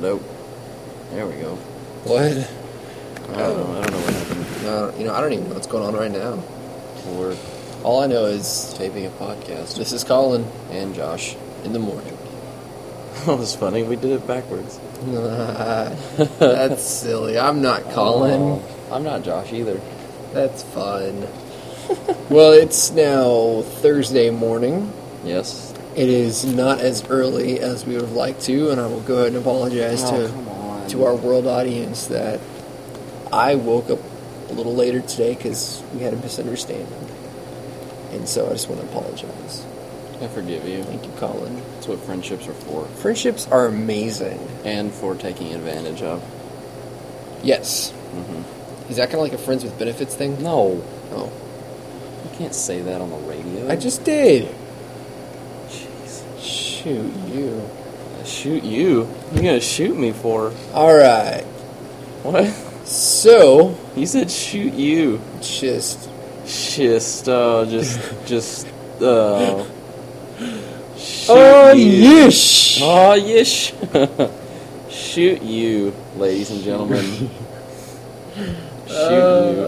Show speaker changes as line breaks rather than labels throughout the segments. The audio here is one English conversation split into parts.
Nope. There we go.
What?
I don't know. I don't know what happened.
No, you know, I don't even know what's going on right now.
We're
All I know is
taping a podcast.
this is Colin and Josh in the morning.
That was funny. We did it backwards.
uh, That's silly. I'm not Colin.
I'm not Josh either.
That's fun. well, it's now Thursday morning.
Yes.
It is not as early as we would have liked to, and I will go ahead and apologize
Oh,
to
come on.
to our world audience that I woke up a little later today because we had a misunderstanding, and so I just want to apologize.
I forgive you.
Thank you, Colin.
That's what friendships are for,
Friendships are amazing.
and for taking advantage of.
Yes.
hmm
Is that kind of like a friends with benefits thing?
No,
Oh.
you can't say that on the radio.
I just did.
Jeez.
Shoot you.
shoot you. You're gonna shoot me for
All right.
what?
So,
You said shoot you.
just
Just, uh, just, just, uh. shoot
yeesh.
Oh, yes. Shoot you, ladies and gentlemen. Shoot you.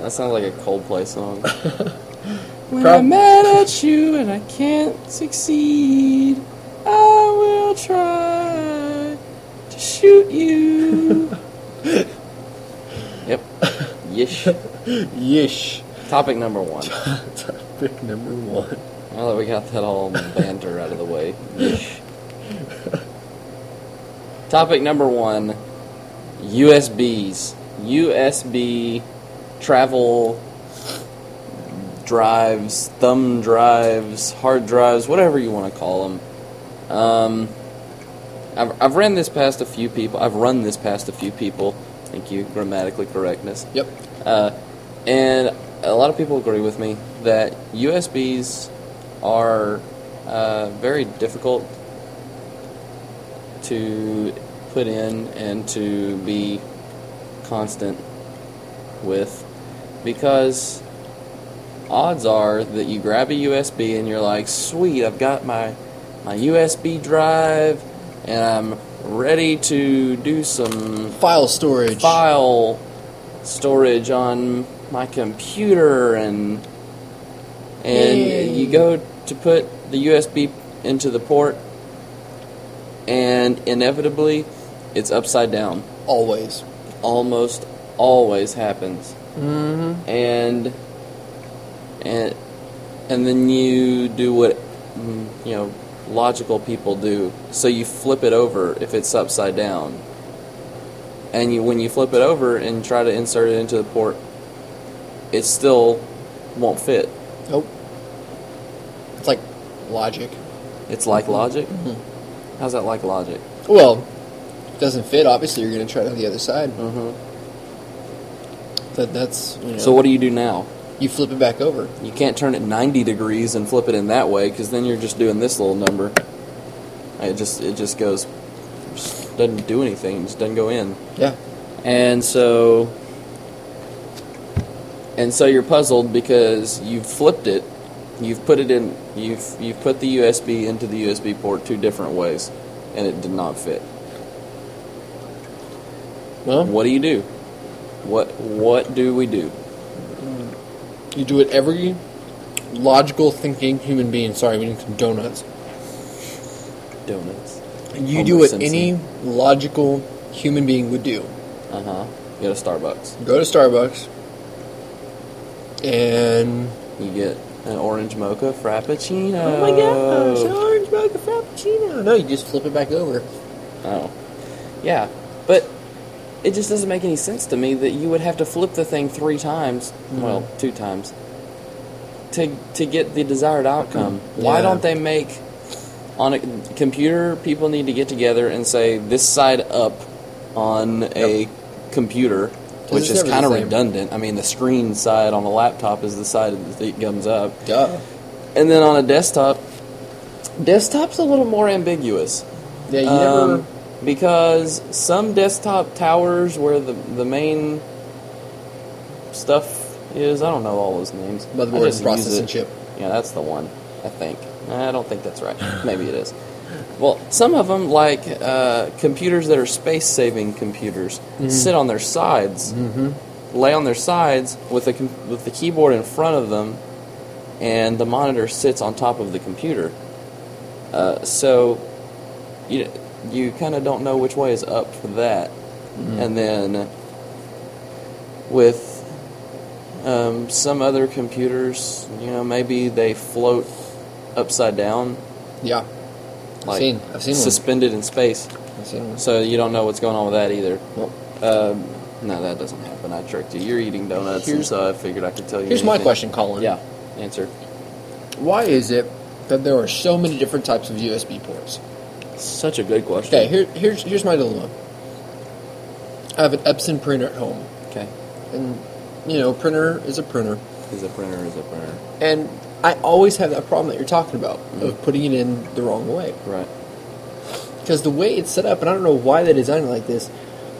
That sounds like a Coldplay song. when
Prob-
I'm mad at you and I can't succeed, I will try to shoot you. yep. Yish.
Yeesh.
Topic number one.
Topic number one.
Now that we got that all banter out of the way. Yeesh. Topic number one USBs. USB travel drives, thumb drives, hard drives, whatever you want to call them. Um, I've, I've ran this past a few people. I've run this past a few people. Thank you, grammatically correctness.
Yep.
Uh, and a lot of people agree with me that USBs are uh, very difficult to put in and to be constant with because odds are that you grab a USB and you're like, sweet, I've got my, my USB drive and I'm ready to do some
File storage.
file storage on my computer and and
Yay.
you go to put the USB into the port and inevitably it's upside down
Always.
almost always happens
Mm-hmm.
and and and then you do what mm, you know logical people do so you flip it over if it's upside down and you when you flip it over and try to insert it into the port it still won't fit
Nope. It's like logic.
it's like logic how's that like logic
Well, if it doesn't fit. Obviously, you're going to try it on the other side.
mm-hmm.
That, that's, you know.
so what do you do now
You flip it back over.
you can't turn it 90 degrees and flip it in that way because then you're just doing this little number it just it just goes just doesn't do anything just doesn't go in
Yeah.
and so and so you're puzzled because you've flipped it you've put it in you've you've put the usb into the usb port two different ways and it did not fit
Well,
what do you do what what do we do
you do it every logical thinking human being. Sorry, we need some donuts.
donuts
You
Homer
do what
Simpson.
any logical human being would do.
uh-huh you go to starbucks
Go to Starbucks and
You get an orange mocha frappuccino.
Oh orange mocha frappuccino. No, you just flip it back over.
Oh. Yeah. But it just doesn't make any sense to me that you would have to flip the thing three times,
Mm-hmm.
well, two times, to, to get the desired outcome. Why
Mm-hmm. Yeah.
don't they make, on a computer, people need to get together and say, this side up on a computer, which
it's
is
never the
kind of
same.
redundant. I mean, the screen side on a laptop is the side that comes up.
Duh.
And then on a desktop, desktop's a little more ambiguous.
Yeah, you
Um, because some desktop towers where the, the main stuff is, I don't know all those names.
never
I
motherboard
just use
processing
it.
chip.
Yeah, that's the one, I think. I don't think that's right. Maybe it is. Well, some of them, like uh, computers that are space saving computers, sit on their sides, lay on their sides with the, com- with the keyboard in front of them, and the monitor sits on top of the computer. Uh, so you, you kind of don't know which way is up for that. And then with um, some other computers, you know, maybe they float upside down
Yeah.
like
seen- I've seen one.
suspended in space,
I've seen one.
so you don't know what's going on with that either.
Well,
Um, no, that doesn't happen. I tricked you. You're eating donuts, and
Here's-
so I figured I could tell you.
here's my
anything.
question, Colin.
Yeah, answer.
Why is it that there are so many different types of USB ports?
Such a good question.
Okay, here, here's here's my dilemma. I have an Epson printer at home,
Okay.
and you know, printer is a printer,
Is a printer? Is a printer?
and I always have that problem that you're talking about of putting it in the wrong way
Right.
because the way it's set up, and I don't know why they designed it like this.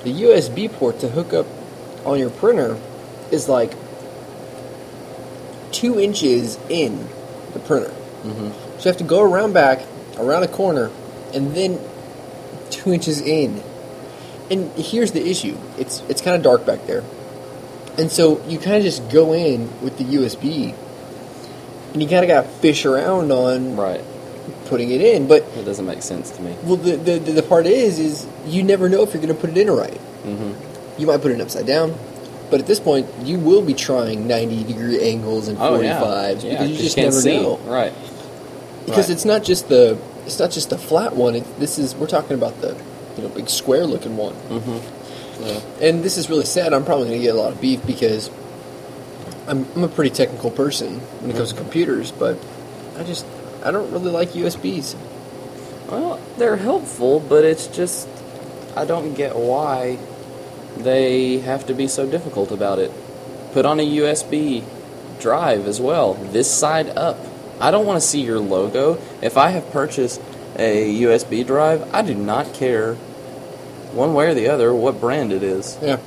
The USB port to hook up on your printer is like two inches in the printer,
Mm-hmm.
so you have to go around back, around a corner, and then two inches in. And here's the issue: it's it's kind of dark back there, and so you kind of just go in with the USB, and you kind of got to fish around on
Right.
putting it in. But
That doesn't make sense to me.
well, the the, the part is is you never know if you're going to put it in right.
Mm-hmm.
You might put it upside down. But at this point, you will be trying 90 degree angles and 45s
Oh yeah. yeah,
because you
'cause
just
can't
never
see.
know
Right.
because
Right.
it's not just the it's not just the flat one. It, this is we're talking about the you know big square looking one,
Mm-hmm. Yeah.
and this is really sad. I'm probably going to get a lot of beef because I'm I'm a pretty technical person when it comes
Mm-hmm.
to computers, but I just I don't really like USBs.
Well, they're helpful, but it's just I don't get why they have to be so difficult about it. Put on a USB drive as well, this side up. I don't want to see your logo. If I have purchased a USB drive, I do not care one way or the other what brand it is.
Yeah,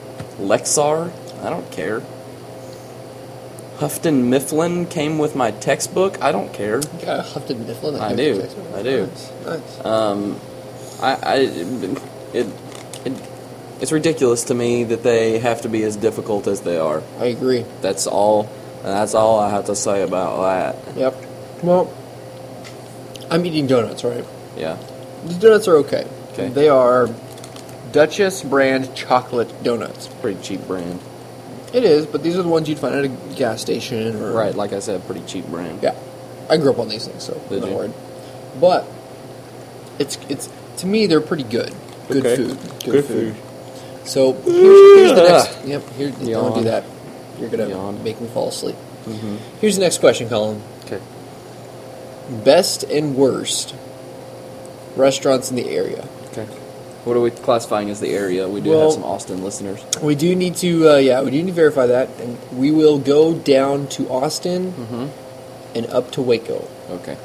Lexar, I don't care. Houghton Mifflin came with my textbook, I don't care.
yeah, Huffington Mifflin.
I do. I do.
Nice, nice.
Um, I, I it, it, it's ridiculous to me that they have to be as difficult as they are.
I agree.
That's all. That's all I have to say about that.
Yep. Well, I'm eating donuts, right?
Yeah.
The donuts are okay.
Okay.
They are Duchess brand chocolate donuts.
Pretty cheap brand.
It is, but these are the ones you'd find at a gas station or
Right, like I said, pretty cheap brand.
Yeah, I grew up on these things, so
Did
not
you?
worried. But it's it's to me they're pretty good. Good
Okay.
food. Good,
Good
food. So here's, here's the next. Yep. Here, don't
Yawn.
do that. You're gonna
Yawn.
make me fall asleep.
Mhm.
Here's the next question, Colin.
Okay.
Best and worst restaurants in the area.
Okay. What are we classifying as the area? We do
Well-
have some Austin listeners.
We do need to, uh, yeah, we do need to verify that, and we will go down to Austin
Mm-hmm.
and up to Waco.
Okay.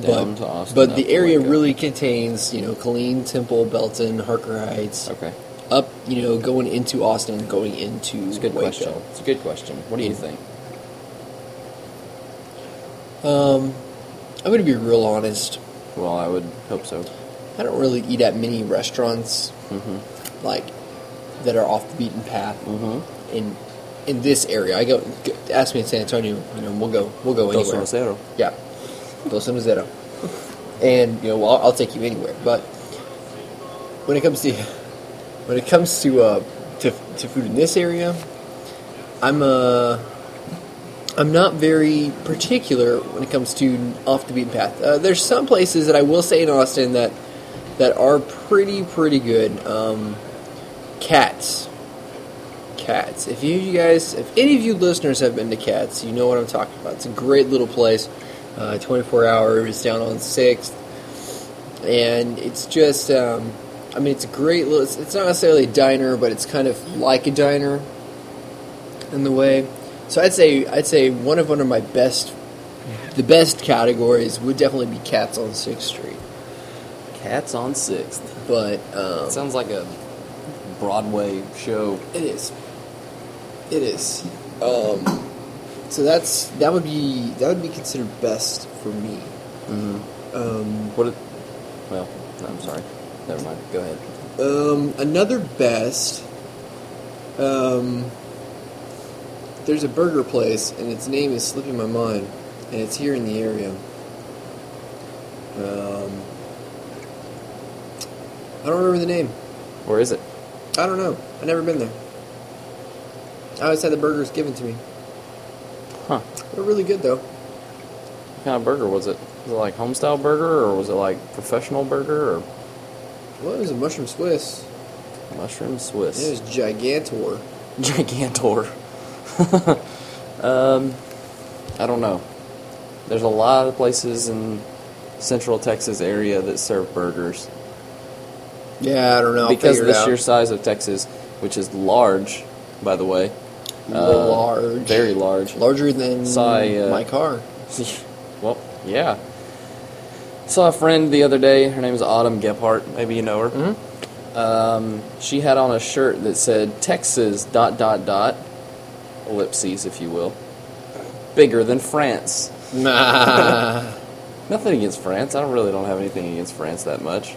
Down
But,
to Austin.
but
up
the
to
area
Waco.
really contains, you know, Colleen, Temple, Belton, Harker Heights,
Okay.
up, you know, going into Austin, going into
It's a good
Waco.
question. It's a good question. What do you think?
Um, I'm going to be real honest.
Well, I would hope so.
I don't really eat at many restaurants
Mm-hmm.
like that are off the beaten path
Mm-hmm.
in in this area. I go g- ask me in San Antonio, you know, we'll go we'll go anywhere. Yeah, Dos Anjos Zero. And you know, I'll, I'll take you anywhere. But when it comes to when it comes to uh, to, to food in this area, I'm uh, I'm not very particular when it comes to off the beaten path. Uh, there's some places that I will say in Austin that that are pretty pretty good. Um, cats, cats. If you, you guys, if any of you listeners have been to Cats, you know what I'm talking about. It's a great little place. Uh, 24 hours down on Sixth, and it's just. Um, I mean, it's a great little. It's, it's not necessarily a diner, but it's kind of like a diner in the way. So I'd say I'd say one of one of my best, the best categories would definitely be Cats on Sixth Street.
Cats on Sixth.
But um,
Sounds like a Broadway show.
It is. It is. Um, so that's that would be that would be considered best for me.
Mm-hmm.
Um,
What? It, well, no, I'm sorry. Never mind. Go ahead.
um, another best. Um, there's a burger place, and its name is slipping my mind, and it's here in the area. Um, I don't remember the name.
Where is it?
I don't know. I've never been there. I always had the burgers given to me.
Huh?
They're really good though.
What kind of burger was it? Was it like homestyle burger or was it like professional burger or
Well, it was a mushroom Swiss.
mushroom Swiss?
It was Gigantor.
Gigantor. um, I don't know. There's a lot of places in Central Texas area that serve burgers
Yeah, I don't know.
because of the sheer size of Texas, which is large, by the way. uh,
large,
very large.
larger than
Sigh, uh,
my car.
well, yeah. Saw a friend the other day. Her name is Autumn Gephardt. Maybe you know her. Um, she had on a shirt that said Texas dot dot dot ellipses, if you will, bigger than France.
Nah,
Nothing against France. I don't really don't have anything against France that much.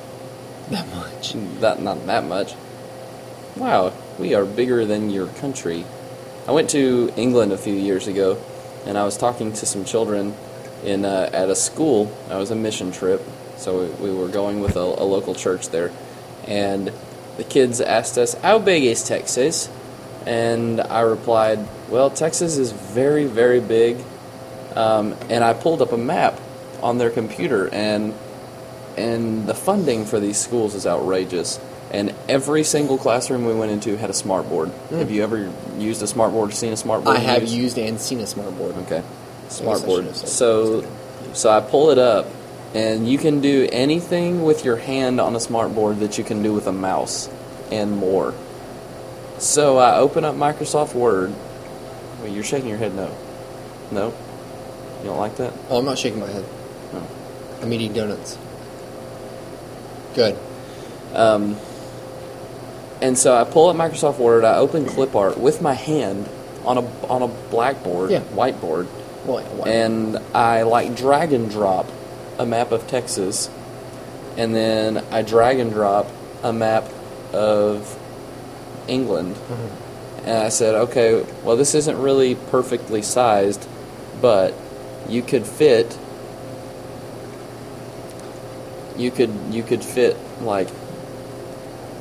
that much.
That not that much. Wow, we are bigger than your country. I went to England a few years ago, and I was talking to some children in uh, at a school. I was a mission trip, so we, we were going with a, a local church there, and the kids asked us, "How big is Texas?" And I replied, "Well, Texas is very, very big." Um, and I pulled up a map on their computer, and and the funding for these schools is outrageous. And every single classroom we went into had a smartboard. Have you ever used a smartboard? or seen a smartboard?
Hmm. I have
used?
used and seen a smartboard.
Okay.
I should
Smartboard.
have said
So, so I pull it up, and you can do anything with your hand on a smartboard that you can do with a mouse, and more. So I open up Microsoft Word. Well, you're shaking your head no. No? You don't like that?
Oh, I'm not shaking my head.
No.
I'm eating donuts. Good.
Um, and so I pull up Microsoft Word. I open clipart with my hand on a on a blackboard,
Yeah.
whiteboard,
Well, yeah, why-
and I like drag and drop a map of Texas, and then I drag and drop a map of England. And I said, okay, well, this isn't really perfectly sized, but you could fit. You could you could fit like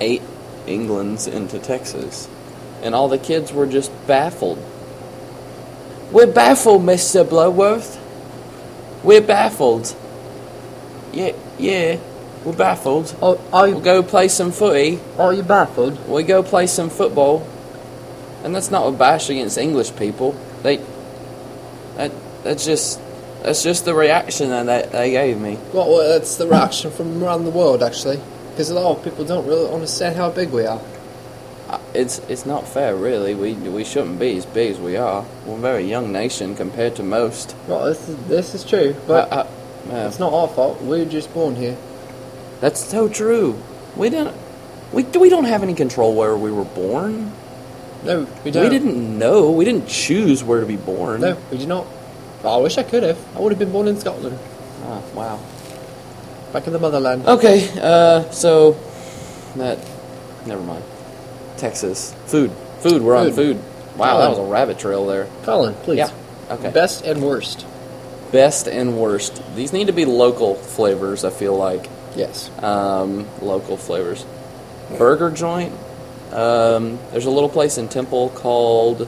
eight Englands into Texas, and all the kids were just baffled. We're baffled, Mr. Blowworth. We're baffled. Yeah, yeah, we're baffled.
Oh, are
We'll go play some footy.
are you baffled?
We go play some football. And that's not a bash against English people. They, that, that's just, that's just the reaction that they, they gave me.
Well, well, that's the reaction from around the world, actually, because a lot of people don't really understand how big we are.
I- Uh, It's it's not fair, really. We we shouldn't be as big as we are. We're a very young nation compared to most.
Well, this is this is true, but
I- I- yeah.
it's not our fault. We were just born here.
That's so true. We didn't. We, we don't have any control where we were born.
No, we
We,
don't.
didn't know. We didn't choose where to be born.
No, we do not. I wish I could have. I would have been born in Scotland,
Ah, wow.
back in the motherland.
Okay. Uh, so that. Never mind. Texas food. Food. We're on food.
Food.
Wow, that
Colin.
was a rabbit trail there.
Colin, please.
Yeah. Okay.
Best and worst.
Best and worst. These need to be local flavors. I feel like.
Yes.
um, local flavors. Burger joint. Um, there's a little place in Temple called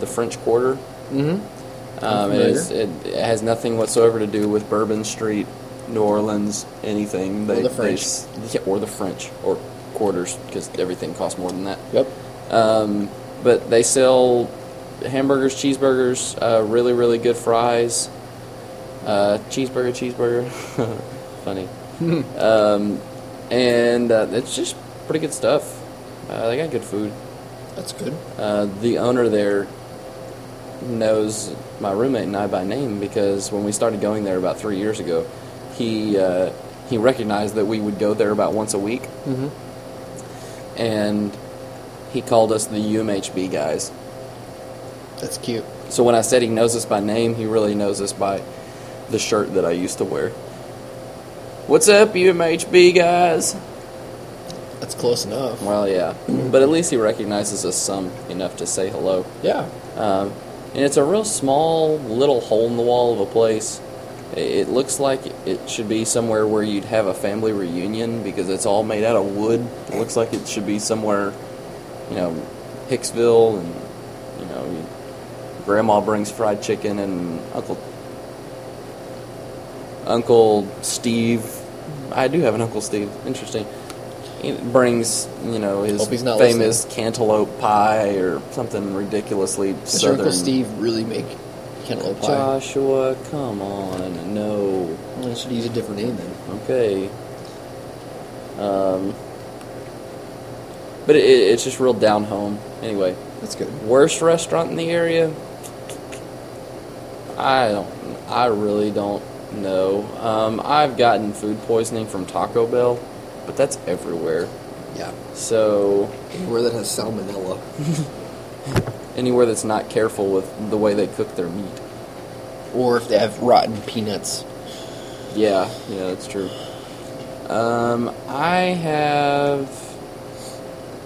the French Quarter.
Mm-hmm.
Um, it, is, it, it has nothing whatsoever to do with Bourbon Street, New Orleans, anything. They,
the
they
French.
s- yeah, or the French, or quarters, because everything costs more than that.
Yep. Mm.
Um, but they sell hamburgers, cheeseburgers, uh, really, really good fries. Uh, cheeseburger, cheeseburger. Funny.
Hmm.
um, and uh, it's just pretty good stuff. Uh, they got good food.
That's good.
Uh, the owner there knows my roommate and I by name because when we started going there about three years ago, he uh, he recognized that we would go there about once a week,
Mm-hmm.
and he called us the UMHB guys.
That's cute.
So when I said he knows us by name, he really knows us by the shirt that I used to wear. What's up, UMHB guys?
That's close enough.
Well, yeah, but at least he recognizes us some enough to say hello.
Yeah.
Um, and it's a real small little hole in the wall of a place. It- It looks like it should be somewhere where you'd have a family reunion because it's all made out of wood. It looks like it should be somewhere, you know, Hicksville, and you know, you- Grandma brings fried chicken, and Uncle Uncle Steve. I do have an Uncle Steve. Interesting. He brings you know his
Hope he's not
famous cantaloupe pie or something ridiculously
Does your
southern.
Uncle Steve really make cantaloupe pie?
Joshua, come on, no.
Well, I should use a different name then.
Okay. Um, but it, it's just real down home. Anyway,
That's good.
worst restaurant in the area. I don't. I really don't know. Um, I've gotten food poisoning from Taco Bell, but that's everywhere.
Yeah.
So
Anywhere that has salmonella.
anywhere that's not careful with the way they cook their meat.
Or if they have rotten peanuts.
Yeah, yeah, that's true. Um, I have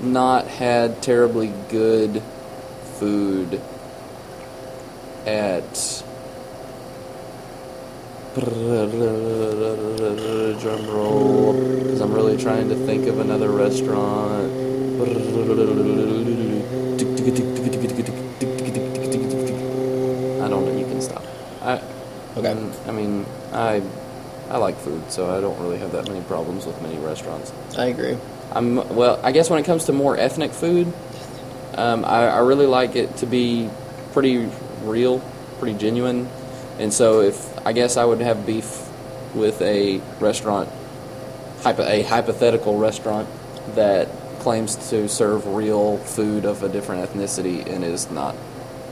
not had terribly good food at. Drum roll, because I'm really trying to think of another restaurant. I don't know. You can stop. I.
Okay.
I mean, I. I like food, so I don't really have that many problems with many restaurants.
I agree.
I'm well. I guess when it comes to more ethnic food, um, I, I really like it to be pretty real, pretty genuine, and so if I guess I would have beef with a restaurant, hypo, a hypothetical restaurant that claims to serve real food of a different ethnicity and is not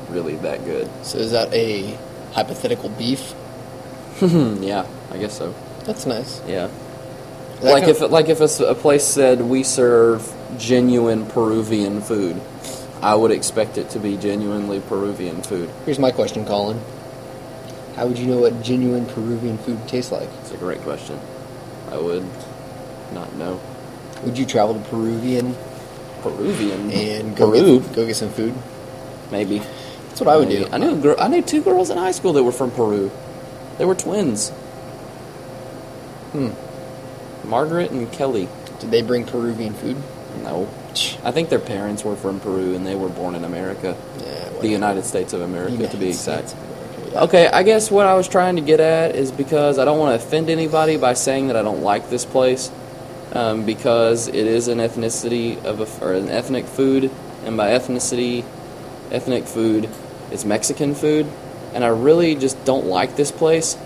really that good.
So is that a hypothetical beef?
yeah, I guess so.
That's nice.
Yeah.
That
like
kind
if like if a, s- a place said we serve genuine Peruvian food, I would expect it to be genuinely Peruvian food.
Here's my question, Colin. How would you know what genuine Peruvian food tastes like?
It's a great question. I would not know
Would you travel to Peruvian
Peruvian
and go,
Peru
Get, go get some food?
maybe.
That's what I would do.
I knew a girl, I knew two girls in high school that were from Peru. They were twins,
Hmm.
Margaret and Kelly.
Did they bring Peruvian food?
No, I think their parents were from Peru and they were born in America,
Yeah,
the United States of America to be exact.
Okay.
Okay, I guess what I was trying to get at is because I don't want to offend anybody by saying that I don't like this place, um, because it is an ethnicity of a, or an ethnic food, and by ethnicity, ethnic food, it's Mexican food, and I really just don't like this place.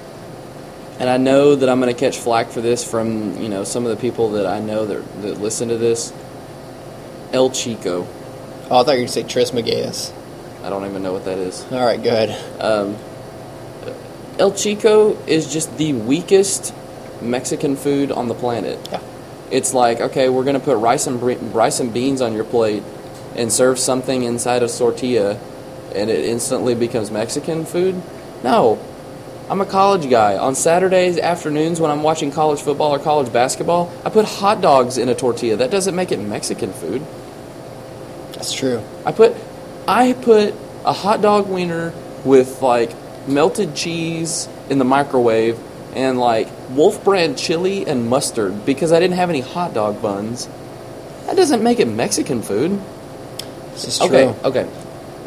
And I know that I'm going to catch flack for this from you know some of the people that I know that that listen to this. El Chico,
Oh, I thought you were going to say Trismegistus.
I don't even know what that is.
All right, go ahead.
Um, El Chico is just the weakest Mexican food on the planet.
Yeah.
It's like, okay, we're going to put rice and, bre- rice and beans on your plate and serve something inside a tortilla and it instantly becomes Mexican food? No. I'm a college guy. On Saturdays afternoons when I'm watching college football or college basketball, I put hot dogs in a tortilla. That doesn't make it Mexican food.
That's true.
I put I put a hot dog wiener with like melted cheese in the microwave and like Wolf brand chili and mustard because I didn't have any hot dog buns. That doesn't make it Mexican food.
This is true.
Okay, okay.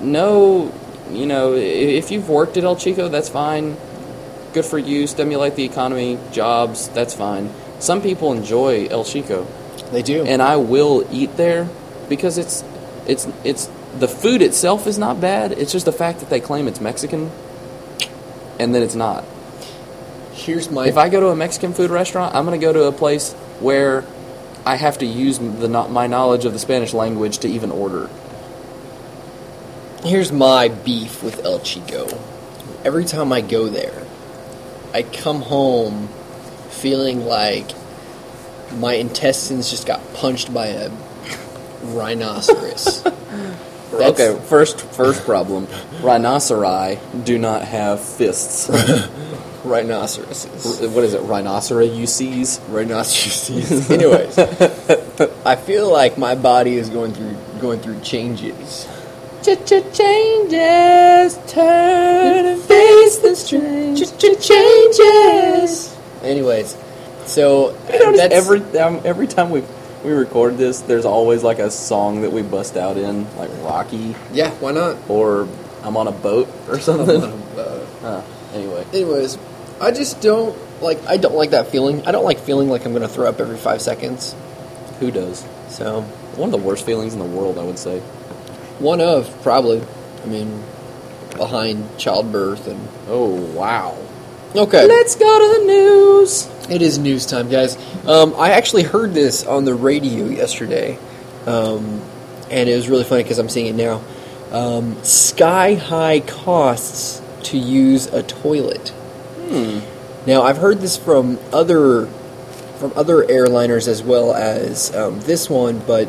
No, you know, i- if you've worked at El Chico, that's fine. Good for you. Stimulate the economy, jobs, that's fine. Some people enjoy El Chico
They do.
and I will eat there because it's it's it's the food itself is not bad. It's just the fact that they claim it's Mexican and then it's not.
Here's my.
If I go to a Mexican food restaurant, I'm going to go to a place where I have to use the not my knowledge of the Spanish language to even order.
Here's my beef with El Chico. Every time I go there, I come home feeling like my intestines just got punched by a rhinoceros. That's-
okay, first first problem. Rhinoceri do not have fists.
Rhinoceroses.
What is it? Rhinocera UCs?
Rhinoceroses. Anyways, I feel like my body is going through going through changes.
Changes, turn and face the strange. Changes.
Anyways, so
You notice
that's
every um, every time we we record this, there's always like a song that we bust out in, like Rocky
yeah. Why not?
or I'm on a boat or something.
Uh,
uh, anyway,
anyways, I just don't like. I don't like that feeling. I don't like feeling like I'm going to throw up every five seconds.
who does?
So
One of the worst feelings in the world, I would say.
one of probably. I mean, behind childbirth and
Oh wow! go
okay.
to the news.
It is news time, guys. Um, I actually heard this on the radio yesterday, um, and it was really funny because I'm seeing it now. Um, sky high costs to use a toilet. Now I've heard this from other from other airliners as well as um, this one, but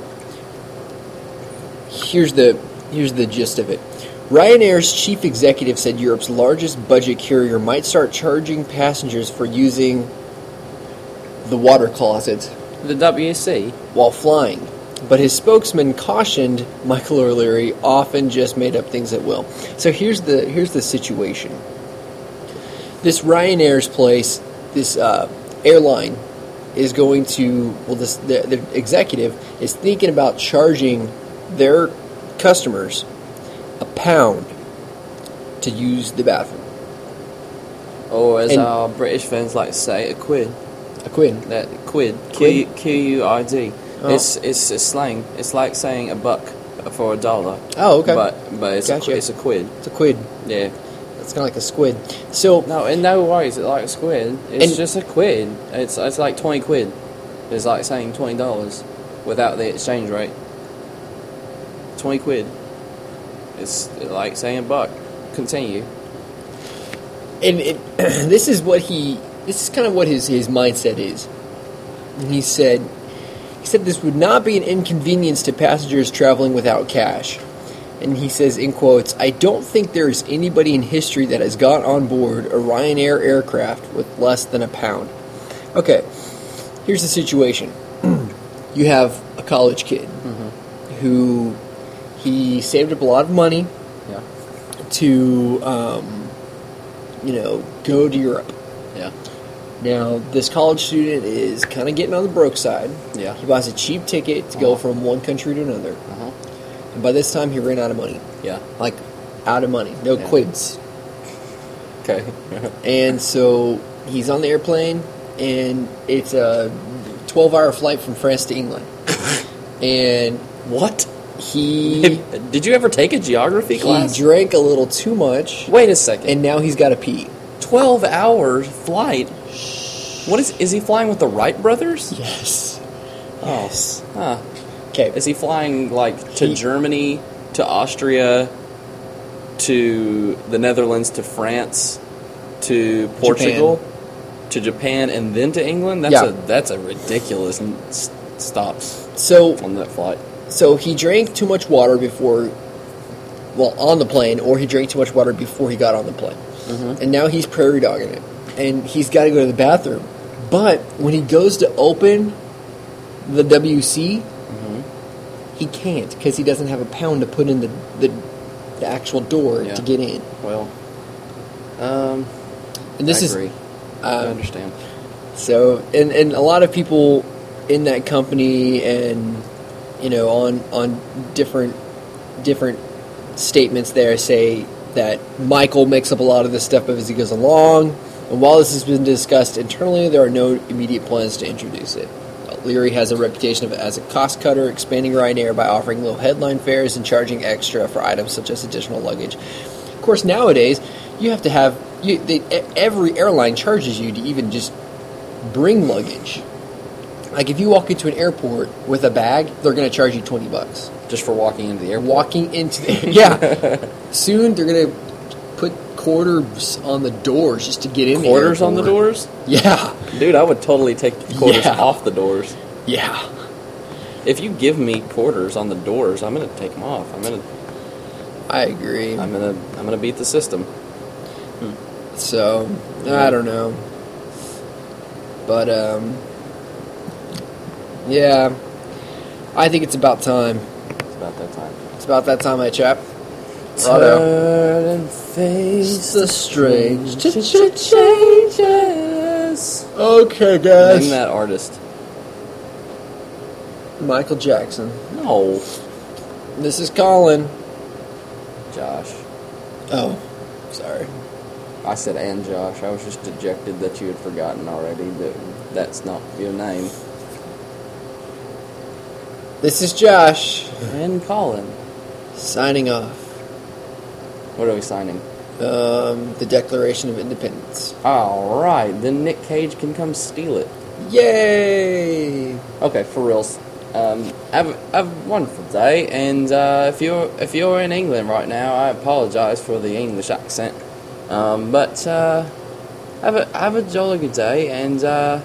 here's the here's the gist of it. Ryanair's chief executive said Europe's largest budget carrier might start charging passengers for using the water closet
The WC.
while flying. But his spokesman cautioned Michael O'Leary often just made up things at will. So here's the here's the situation. This Ryanair's place, this uh, airline, is going to well, this the, the executive is thinking about charging their customers a pound to use the bathroom.
Or as
And-
our British fans like to say, a quid.
A quid.
That quid. Q
Quid?
Q U I D.
Oh.
It's it's a slang. It's like saying a buck for a dollar.
Oh, okay.
But but it's a
Gotcha.
a, it's a quid.
It's a quid.
Yeah.
It's kind of like a squid. So
No, and no worries. It's like a squid. It's
And-
just a quid. It's it's like twenty quid. It's like saying twenty dollars without the exchange rate. Twenty quid. It's like saying a buck. Continue.
and it, this is what he this is kind of what his his mindset is And he said he said this would not be an inconvenience to passengers traveling without cash and he says in quotes i don't think there is anybody in history that has got on board a ryanair aircraft with less than a pound okay here's the situation you have a college kid Mm-hmm. who he saved up a lot of money
Yeah.
to um, you know go to Europe.
Yeah.
Now this college student is kind of getting on the broke side.
Yeah.
he buys a cheap ticket to go
Uh-huh.
from one country to another,
Uh huh.
and by this time he ran out of money,
Yeah.
like out of money, no
Yeah.
quids,
Okay.
and so he's on the airplane, and it's a twelve-hour flight from France to England, and
what?
he
Did you ever take a geography
he
class?
drank a little too much,
Wait a second.
and now he's got to pee.
Twelve hour flight. What is? Is he flying with the Wright brothers?
Yes.
Yes. Huh.
Okay.
Is he flying like to
He-
Germany, to Austria, to the Netherlands, to France, to Portugal, to Japan, and then to England? That's
Yeah.
a that's a ridiculous n- s- stops
So
on that flight.
so he drank too much water before well on the plane or he drank too much water before he got on the plane. And now he's prairie dogging it and he's got to go to the bathroom. But when he goes to open the WC,
Mm-hmm.
he can't because he doesn't have a pound to put in the the, the actual door
Yeah.
to get in.
Well, um,
And this
I
is
agree. I
um,
understand.
So, and, and a lot of people in that company and, you know, on, on different, different statements there say that Michael makes up a lot of this stuff as he goes along. And while this has been discussed internally, there are no immediate plans to introduce it. Leary has a reputation of, as a cost cutter, expanding Ryanair by offering low headline fares and charging extra for items such as additional luggage. Of course, nowadays you have to have you, they, e- every airline charges you to even just bring luggage. Like if you walk into an airport with a bag, they're going to charge you twenty bucks.
Just for walking into the airport.
Walking into the, yeah, soon they're going to put quarters on the doors just to get in.
quarters on the
airport.
doors?
Yeah,
Dude, I would totally take the quarters
Yeah.
off the doors.
yeah.
If you give me quarters on the doors, I'm gonna take them off. I'm gonna,
I agree.
I'm gonna, I'm gonna beat the system.
So I don't know, but um, yeah, I think it's about time.
It's about that time.
It's about that time, my chap. Righto.
Turn and face
It's the strange
changes.
Okay,
Name that artist.
Michael Jackson.
No,
This is Colin.
Josh.
Oh, sorry.
I said and Josh. I was just dejected that you had forgotten already that that's not your name.
This is Josh
And Colin.
signing off.
What are we signing?
Um, the Declaration of Independence.
All right, then Nick Cage can come steal it.
Yay!
Okay, for reals. Um, have, have a wonderful day, and uh, if you're if you're in England right now, I apologize for the English accent. Um, but uh, have a have a jolly good day, and uh,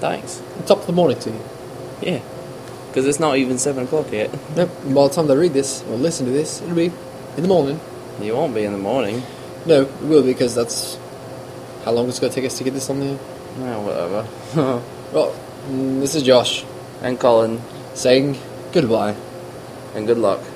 thanks.
Top of the morning to you.
Yeah, because it's not even seven o'clock yet.
Yep. By the time they read this or listen to this, it'll be in the morning.
You won't be in the morning.
No, it will because that's how long it's going to take us to get this on there.
No, Ah, whatever.
Well, mm, this is Josh
and Colin,
saying goodbye.
and good luck.